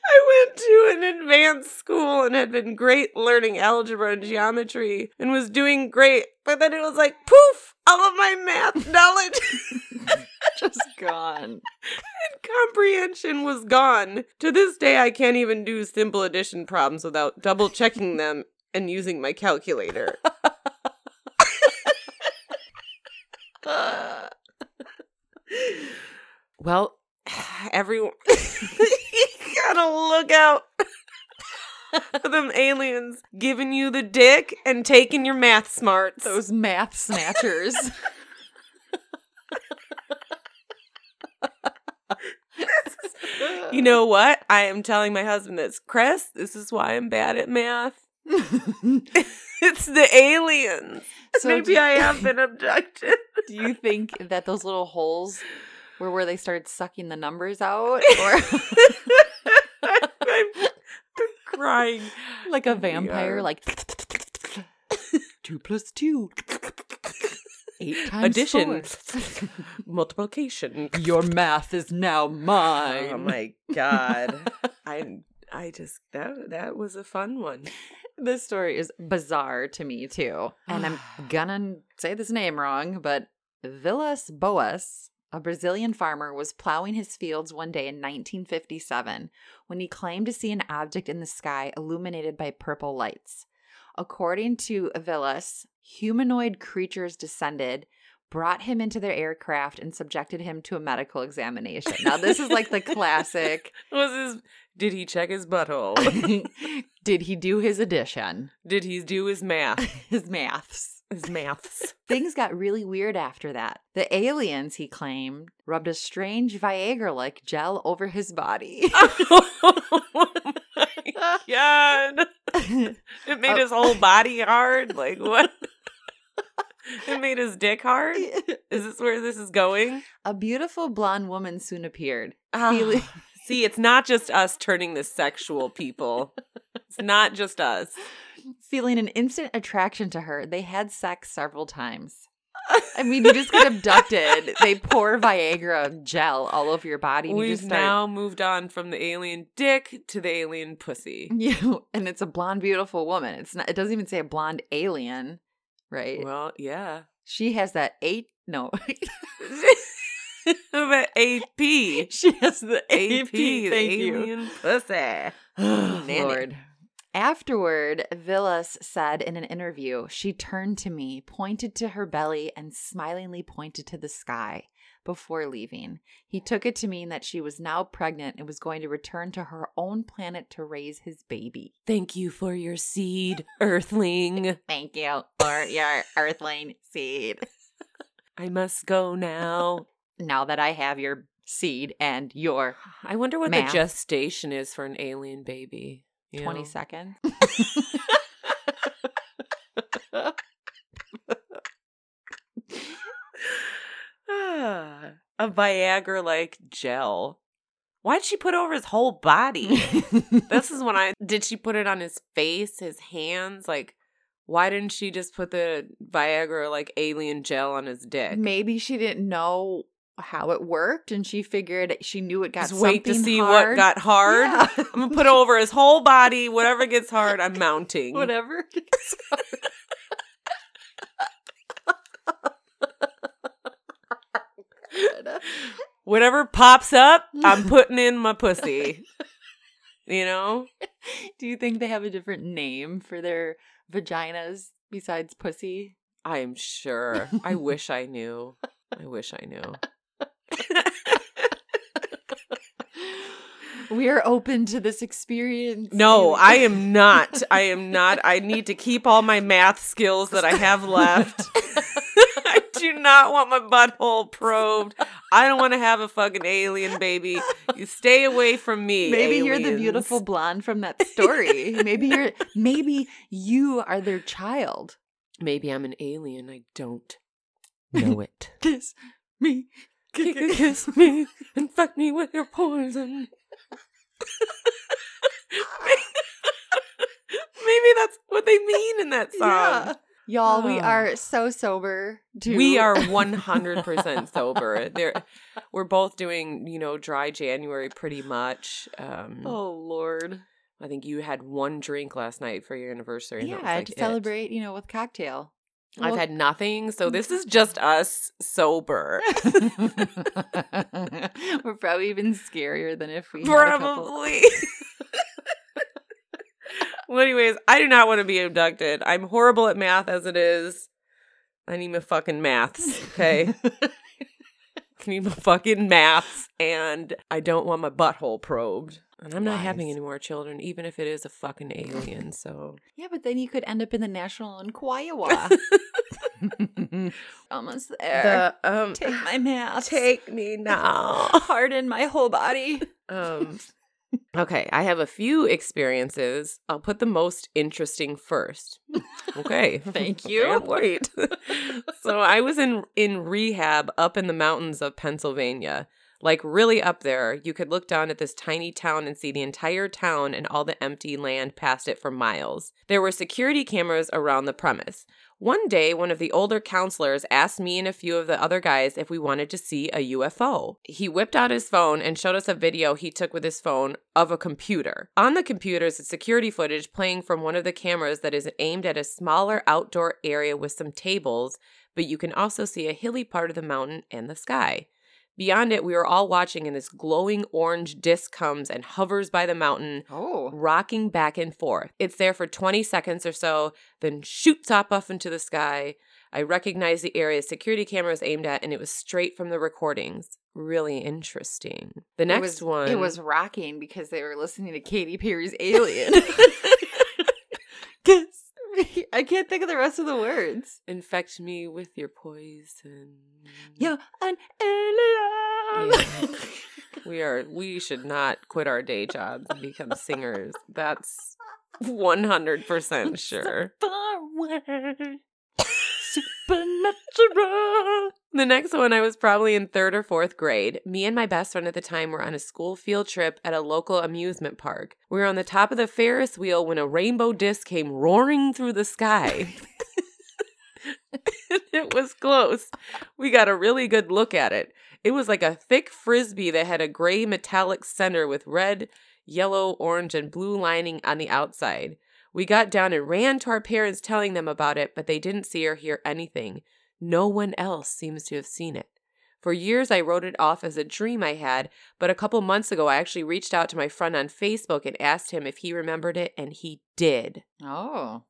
I went to an advanced school school and had been great learning algebra and geometry and was doing great. But then it was like, poof, all of my math knowledge Just gone. and comprehension was gone. To this day, I can't even do simple addition problems without double checking them and using my calculator. well, everyone, you gotta look out for them aliens giving you the dick and taking your math smarts. Those math snatchers. you know what? I am telling my husband this. Chris, this is why I'm bad at math. It's the aliens. So Maybe do- I have been abducted. Do you think that those little holes were where they started sucking the numbers out, or I'm, I'm crying. like a vampire, Yeah. like two plus two, eight times Addition. four. Multiplication. Your math is now mine. Oh my god. I I just that that was a fun one. This story is bizarre to me too, and I'm gonna say this name wrong, but Vilas Boas, a Brazilian farmer, was plowing his fields one day in 1957 when he claimed to see an object in the sky illuminated by purple lights. According to Vilas, humanoid creatures descended, brought him into their aircraft, and subjected him to a medical examination. Now, this is like the classic. Was his did he check his butthole? Did he do his addition? did he do his math? His maths. His maths. Things got really weird after that. The aliens, he claimed, rubbed a strange Viagra like gel over his body. oh my god. It made Oh. his whole body hard. Like what? it made his dick hard? Is this where this is going? a beautiful blonde woman soon appeared. Ah, See, it's not just us turning this sexual, people. It's not just us. Feeling an instant attraction to her, they had sex several times. I mean, you just get abducted. They pour Viagra gel all over your body. And you We've just start- now moved on from the alien dick to the alien pussy. Yeah, and it's a blonde, beautiful woman. It's not. It doesn't even say a blonde alien, right? Well, yeah. she has that eight. No, but AP. she has the AP, the Thank you. alien pussy. Nanny. Lord. Afterward, Villas said in an interview, she turned to me, pointed to her belly, and smilingly pointed to the sky before leaving. He took it to mean that she was now pregnant and was going to return to her own planet to raise his baby. Thank you for your seed, earthling. Thank you for your earthling seed. I must go now. Now that I have your seed and your I wonder what Math. the gestation is for an alien baby. you know? 20 seconds. Ah, a Viagra like gel. Why'd she put over his whole body? this is when I did she put it on his face, his hands? Like, why didn't she just put the Viagra like alien gel on his dick? Maybe she didn't know how it worked and she figured she knew it got just wait to something see what hard. got hard. Yeah. I'm gonna put over his whole body. Whatever gets hard, I'm mounting. whatever. Whatever pops up, I'm putting in my pussy. You know? Do you think they have a different name for their vaginas besides pussy? I'm sure. I wish I knew. I wish I knew. We are open to this experience. No, I am not. I am not. I need to keep all my math skills that I have left. I do not want my butthole probed. I don't want to have a fucking alien baby. You stay away from me. Maybe you're the aliens. beautiful blonde from that story. maybe you're maybe you are their child. Maybe I'm an alien. I don't know it. Kiss me. Kick a kiss me and fuck me with your poison. Maybe that's what they mean in that song. Yeah. Y'all, we Oh. are so sober. To We are 100% sober. There, we're both doing, you know, dry January pretty much. Um, Oh Lord. I think you had one drink last night for your anniversary. and yeah, that was, like, to it. celebrate, you know, with cocktail. I've had nothing, so this is just us sober. We're probably even scarier than if we had a couple- Probably. well, anyways, I do not want to be abducted. I'm horrible at math as it is. I need my fucking maths, okay? I need my fucking maths, and I don't want my butthole probed. And I'm not having Lies. any more children, even if it is a fucking alien, so. yeah, but then you could end up in the National Enquirer. Almost there. um, Take my mask. me Harden my whole body. Um, okay, I have a few experiences. I'll put the most interesting first. Okay. Thank I can't wait. so I was in in rehab up in the mountains of Pennsylvania. Like really up there, you could look down at this tiny town and see the entire town and all the empty land past it for miles. There were security cameras around the premise. One day, one of the older counselors asked me and a few of the other guys if we wanted to see a UFO. He whipped out his phone and showed us a video he took with his phone of a computer. On the computer is security footage playing from one of the cameras that is aimed at a smaller outdoor area with some tables, but you can also see a hilly part of the mountain and the sky. Beyond it, we were all watching, and this glowing orange disc comes and hovers by the mountain, Oh. rocking back and forth. It's there for 20 seconds or so, then shoots up off into the sky. I recognize the area security cameras aimed at, and it was straight from the recordings. Really interesting. The next it was, one. It was rocking because they were listening to Katy Perry's Alien. Kiss me. I can't think of the rest of the words. Infect me with your poison. You're an alien. Yeah. We are. We should not quit our day jobs and become singers. That's 100% sure. Far away. Supernatural. The next one, I was probably in third or fourth grade. Me and my best friend at the time were on a school field trip at a local amusement park. We were on the top of the Ferris wheel when a rainbow disc came roaring through the sky. it was close. We got a really good look at it. It was like a thick frisbee that had a gray metallic center with red, yellow, orange, and blue lining on the outside. We got down and ran to our parents telling them about it, but they didn't see or hear anything. No one else seems to have seen it. For years, I wrote it off as a dream I had, but a couple months ago, I actually reached out to my friend on Facebook and asked him if he remembered it, and he did. Oh.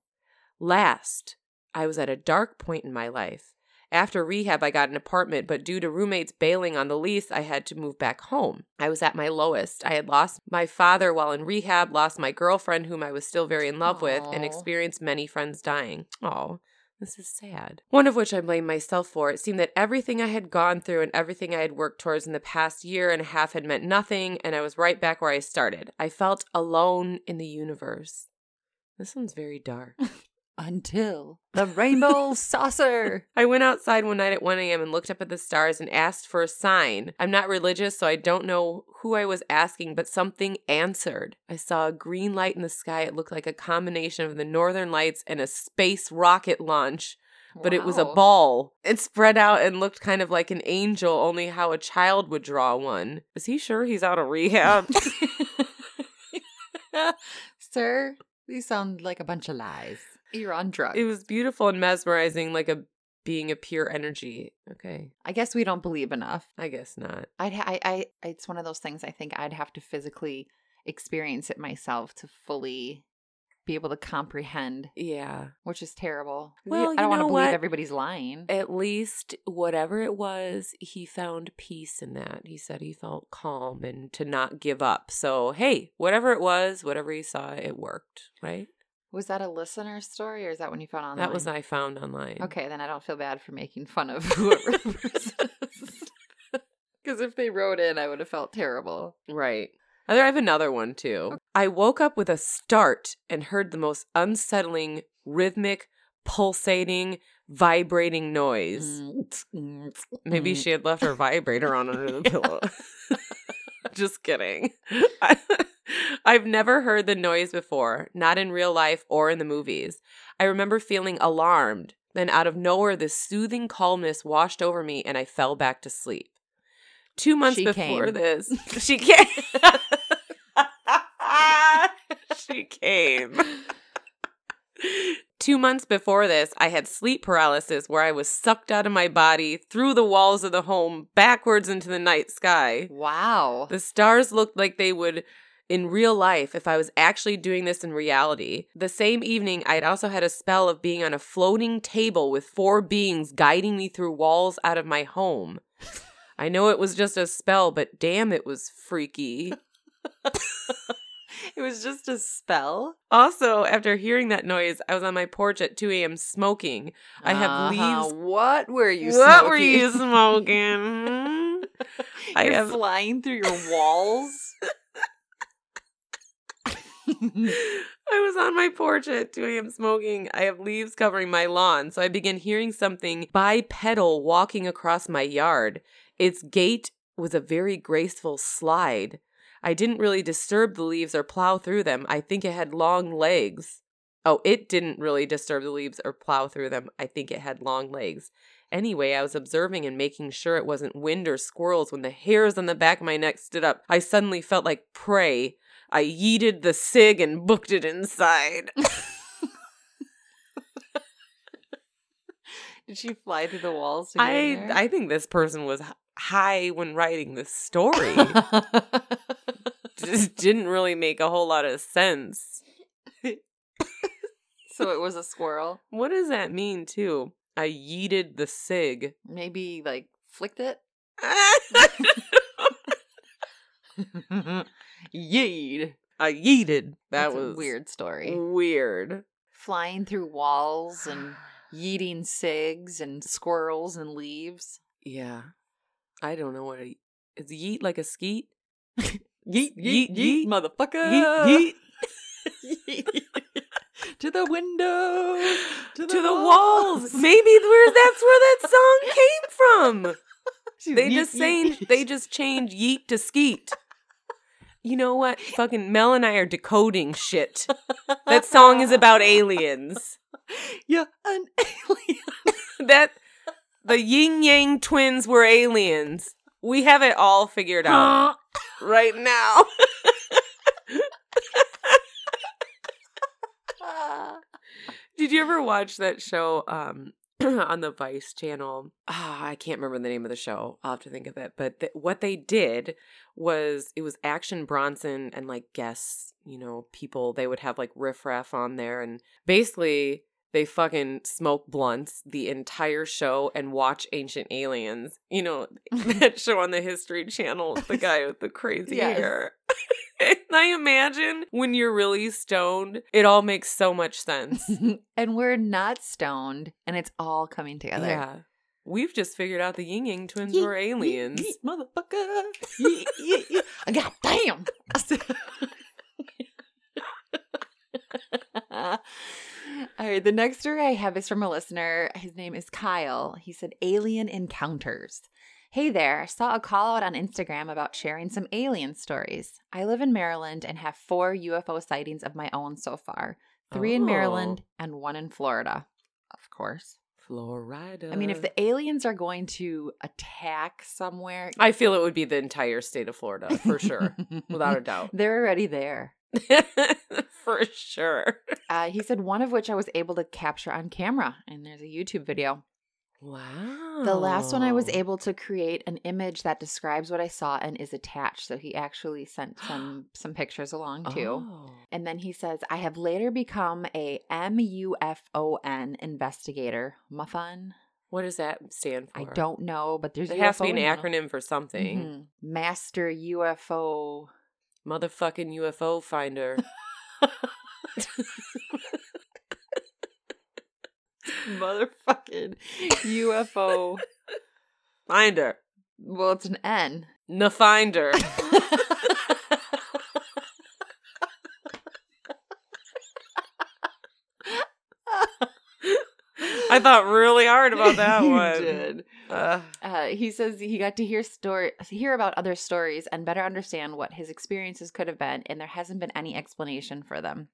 Last, I was at a dark point in my life. After rehab, I got an apartment, but due to roommates bailing on the lease, I had to move back home. I was at my lowest. I had lost my father while in rehab, lost my girlfriend, whom I was still very in love with, and Aw. experienced many friends dying. Oh, this is sad. One of which I blame myself for. It seemed that everything I had gone through and everything I had worked towards in the past year and a half had meant nothing, and I was right back where I started. I felt alone in the universe. This one's very dark. Until the rainbow saucer. I went outside one night at 1 a.m. and looked up at the stars and asked for a sign. I'm not religious, so I don't know who I was asking, but something answered. I saw a green light in the sky. It looked like a combination of the northern lights and a space rocket launch, but it was a Wow. ball. It spread out and looked kind of like an angel, only how a child would draw one. Is he sure he's out of rehab? Sir, these sound like a bunch of lies. You're on drugs. it was beautiful and mesmerizing, like a being a pure energy. Okay, I guess we don't believe enough. I guess not. I'd ha- I, I it's one of those things I think I'd have to physically experience it myself to fully be able to comprehend, Yeah. which is terrible. Well, I you don't want to know believe what? everybody's lying. at least whatever it was, he found peace in that. He said he felt calm and to not give up. So, hey, whatever it was, whatever he saw, it worked, right? was that a listener story or is that when you found online? That was what I found online. Okay, then I don't feel bad for making fun of whoever Because if they wrote in, I would have felt terrible. Right. I have another one too. I woke up with a start and heard the most unsettling, rhythmic, pulsating, vibrating noise. Maybe she had left her vibrator on under the pillow. Just kidding. I, I've never heard the noise before, not in real life or in the movies. I remember feeling alarmed. Then, out of nowhere, this soothing calmness washed over me and I fell back to sleep. Two months She before came. this, she came. she came. Two months before this, I had sleep paralysis where I was sucked out of my body through the walls of the home backwards into the night sky. Wow. The stars looked like they would in real life if I was actually doing this in reality. The same evening, I had also had a spell of being on a floating table with four beings guiding me through walls out of my home. I know it was just a spell, but damn, it was freaky. It was just a spell. Also, after hearing that noise, I was on my porch at 2 a.m. smoking. I have Uh-huh. leaves. What were you what were smoking? you smoking? Hmm? I You're have flying through your walls. I was on my porch at 2 a.m. smoking. I have leaves covering my lawn, so I begin hearing something bipedal walking across my yard. Its gait was a very graceful slide. I didn't really disturb the leaves or plow through them. I think it had long legs. Oh, it didn't really disturb the leaves or plow through them. I think it had long legs. Anyway, I was observing and making sure it wasn't wind or squirrels when the hairs on the back of my neck stood up. I suddenly felt like prey. I yeeted the sig and booked it inside. Did she fly through the walls? to get in I there? I think this person was h- high when writing this story. Just didn't really make a whole lot of sense. so it was a squirrel. What does that mean too? I yeeted the sig. Maybe like flicked it. Yeed. I yeeted. That That's was a weird story. Weird. Flying through walls and yeeting cigs and squirrels and leaves. yeah. I don't know what a is yeet like a skeet? Yeet, yeet, yeet, Uh, motherfucker. Yeet yeet to the window. to, the walls. Maybe where that's where that song came from. They just saying they just changed yeet to skeet. You know what? Fucking Mel and I are decoding shit. That song is about aliens. You're an alien. That the yin yang twins were aliens. We have it all figured out right now. Did you ever watch that show um, on the Vice channel? Ah, I can't remember the name of the show. I'll have to think of it. But th- what they did was it was Action Bronson and like guests, you know, people. They would have like Riff Raff on there. And basically, they fucking smoke blunts the entire show and watch Ancient Aliens. You know, that show on the History Channel, the guy with the crazy Yes. hair. and I imagine when you're really stoned, it all makes so much sense. and we're not stoned, and it's all coming together. Yeah. We've just figured out the Ying Yang twins Yeet, were aliens. Yeet, yeet, motherfucker. Yeet, yeet, yeet. Ah, God damn. I said- All right, the next story I have is from a listener. His name is Kyle. He said, Alien Encounters. Hey there, I saw a call out on Instagram about sharing some alien stories. I live in Maryland and have four UFO sightings of my own so far three in Oh. Maryland and one in Florida. Of course. Oh, Florida. I mean, if the aliens are going to attack somewhere, I feel it would be the entire state of Florida for sure, without a doubt. They're already there. for sure. Uh, he said one of which I was able to capture on camera, and there's a YouTube video. Wow. The last one I was able to create an image that describes what I saw and is attached. So he actually sent some some pictures along too. Oh. And then he says, I have later become a MUFON investigator. Muffon? What does that stand for? I don't know, but there's There has to be an UFO in acronym for there. something. Mhm. Master UFO. Mm-hmm. Motherfucking UFO finder. Motherfucking UFO. Finder. well, it's an N. The finder. I thought really hard about that You one. did. Ugh. Uh, he says he got to hear story, hear about other stories, and better understand what his experiences could have been, and there hasn't been any explanation for them.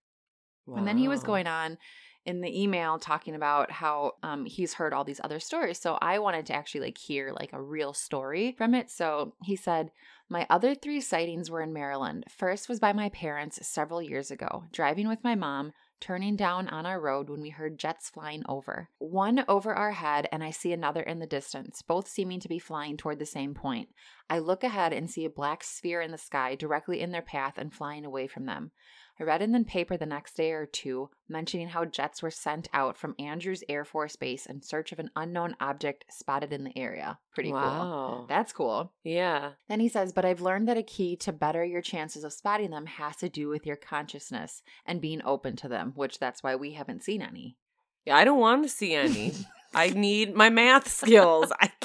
And then he was Wow. going on in the email talking about how um, he's heard all these other stories. So I wanted to actually like hear like a real story from it. So he said My other three sightings were in Maryland. First was by my parents several years ago, driving with my mom, turning down on our road when we heard jets flying over. One over our head, and I see another in the distance, both seeming to be flying toward the same point. I look ahead and see a black sphere in the sky directly in their path and flying away from them. I read in the paper the next day or two mentioning how jets were sent out from Andrews Air Force Base in search of an unknown object spotted in the area. Pretty cool. wow. That's cool. yeah. Then he says, But I've learned that a key to better your chances of spotting them has to do with your consciousness and being open to them, which that's why we haven't seen any. Yeah, I don't want to see any. I need my math skills. I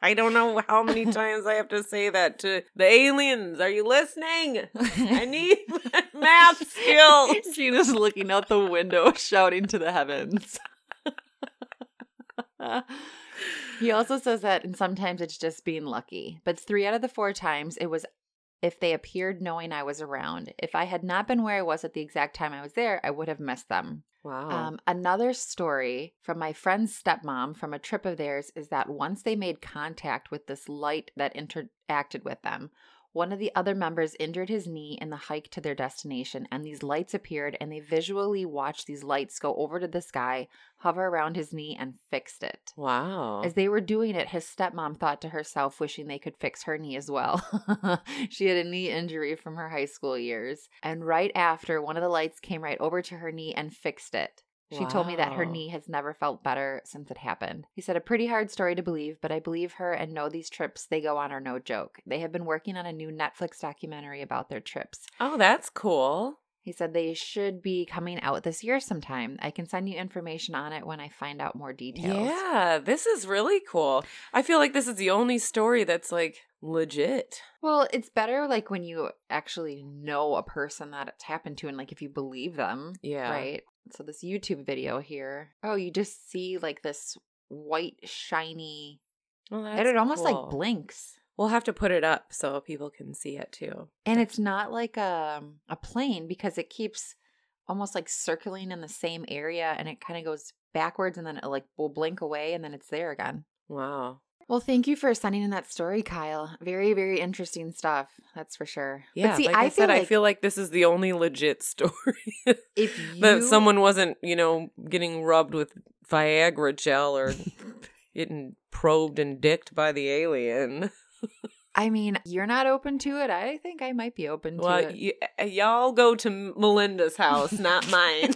I don't know how many times I have to say that to the aliens. Are you listening? I need my math skills. Gina's looking out the window, shouting to the heavens. he also says that, and sometimes it's just being lucky. But three out of the four times, it was if they appeared knowing I was around. If I had not been where I was at the exact time I was there, I would have missed them. Wow. Um, another story from my friend's stepmom from a trip of theirs is that once they made contact with this light that interacted with them, one of the other members injured his knee in the hike to their destination, and these lights appeared, and they visually watched these lights go over to the sky, hover around his knee, and fixed it. wow. As they were doing it, his stepmom thought to herself, wishing they could fix her knee as well. she had a knee injury from her high school years. And right after, one of the lights came right over to her knee and fixed it. She told me that her Wow. knee has never felt better since it happened. He said, A pretty hard story to believe, but I believe her and know these trips they go on are no joke. They have been working on a new Netflix documentary about their trips. Oh, that's cool. He said they should be coming out this year sometime. I can send you information on it when I find out more details. Yeah, this is really cool. I feel like this is the only story that's like legit. Well, it's better like when you actually know a person that it's happened to and like if you believe them, Yeah. right? So this YouTube video here. Oh, you just see like this white shiny Well, that's and it almost cool. like blinks. We'll have to put it up so people can see it too. And it's not like a a plane because it keeps almost like circling in the same area and it kind of goes backwards and then it like will blink away and then it's there again. Wow. Well, thank you for sending in that story, Kyle. Very, very interesting stuff. That's for sure. But Yeah. see, like I, said, I feel like this is the only legit story if you that someone wasn't, you know, getting rubbed with Viagra gel or getting probed and dicked by the alien. I mean, you're not open to it. I think I might be open to Well, it. y- y'all go to Melinda's house, not mine.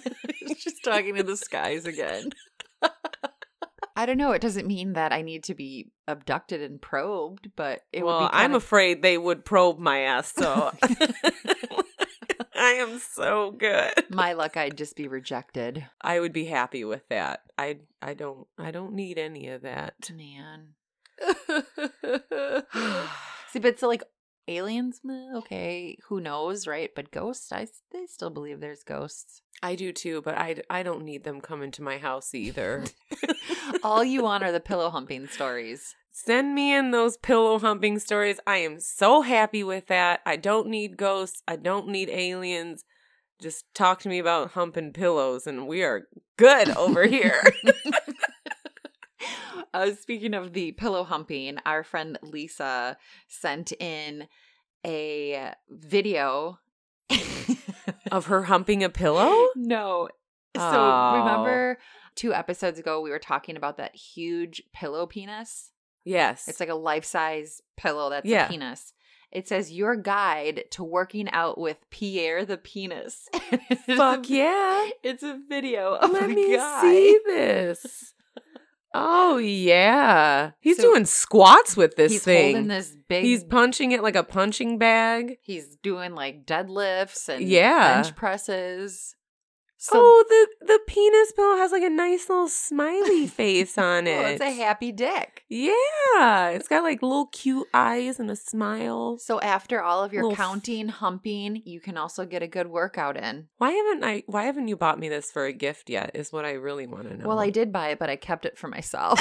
She's talking to the skies again. I don't know. It doesn't mean that I need to be abducted and probed, but it well, would be I'm kind of- afraid they would probe my ass, so I am so good. my luck. I'd just be rejected. I would be happy with that. I I don't I don't need any of that. Man. See, but so like aliens, meh, okay, who knows, right? But ghosts, I s- they still believe there's ghosts. I do too, but I I don't need them coming to my house either. All you want are the pillow humping stories. Send me in those pillow humping stories. I am so happy with that. I don't need ghosts. I don't need aliens. Just talk to me about humping pillows, and we are good over here. Uh, speaking of the pillow humping, our friend Lisa sent in a video. of her humping a pillow? no. So Oh. remember two episodes ago, we were talking about that huge pillow penis? Yes. It's like a life size pillow that's Yeah. a penis. It says, Your guide to working out with Pierre the penis. fuck yeah. It's a video of Let a me guy. see this. Oh yeah. He's So- doing squats with this He's holding thing. this big He's punching it like a punching bag. He's doing like deadlifts and Yeah. bench presses. oh, the the penis pillow has like a nice little smiley face on it. Well, Oh, it's a happy dick. Yeah, it's got like little cute eyes and a smile. So after all of your Little f- counting, humping, you can also get a good workout in. Why haven't I? Why haven't you bought me this for a gift yet? Is what I really want to know. Well, I did buy it, but I kept it for myself.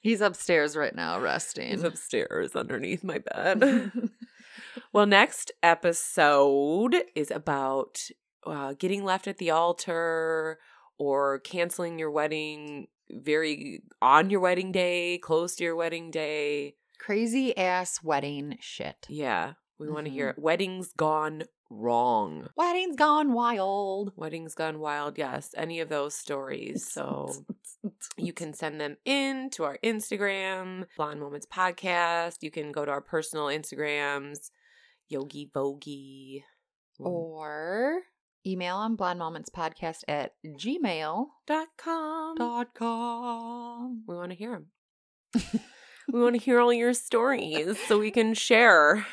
He's upstairs right now It's resting. upstairs underneath my bed. well, next episode is about uh, getting left at the altar or canceling your wedding very on your wedding day, close to your wedding day. Crazy ass wedding shit. Yeah, we want to hear Mhm. it. Weddings gone wrong. Wedding's gone wild. Weddings gone wild. Yes, any of those stories. So you can send them in to our Instagram, Blonde Moments Podcast. You can go to our personal Instagrams, Yogi Vogie. or email on blind moments podcast at gmail.com. dot com. Oh. We want to hear them. we want to hear all your stories so we can share,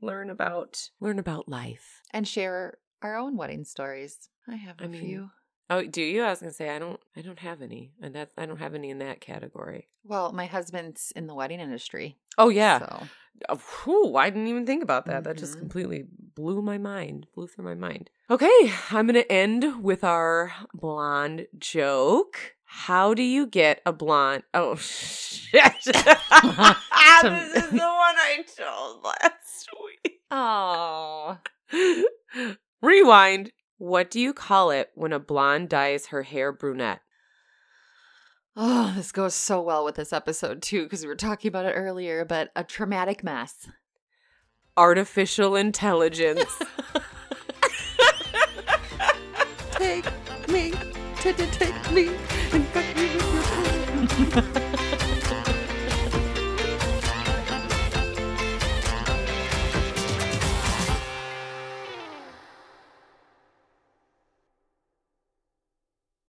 learn about, learn about life. and share our own wedding stories. I have a I mean- few. Oh, do you? I was gonna say I don't. I don't have any, and that I don't have any in that category. Well, my husband's in the wedding industry. Oh yeah. So Uh, whew, I didn't even think about that. That just Mhm. completely blew my mind, blew through my mind. Okay, I'm going to end with our blonde joke. How do you get a blonde? Oh, shit. this is the one I told last Oh. week. Rewind. What do you call it when a blonde dyes her hair brunette? Oh, this goes so well with this episode too, because we were talking about it earlier, but a traumatic mess. Artificial intelligence. Take me to, to take me and fuck me with your tongue.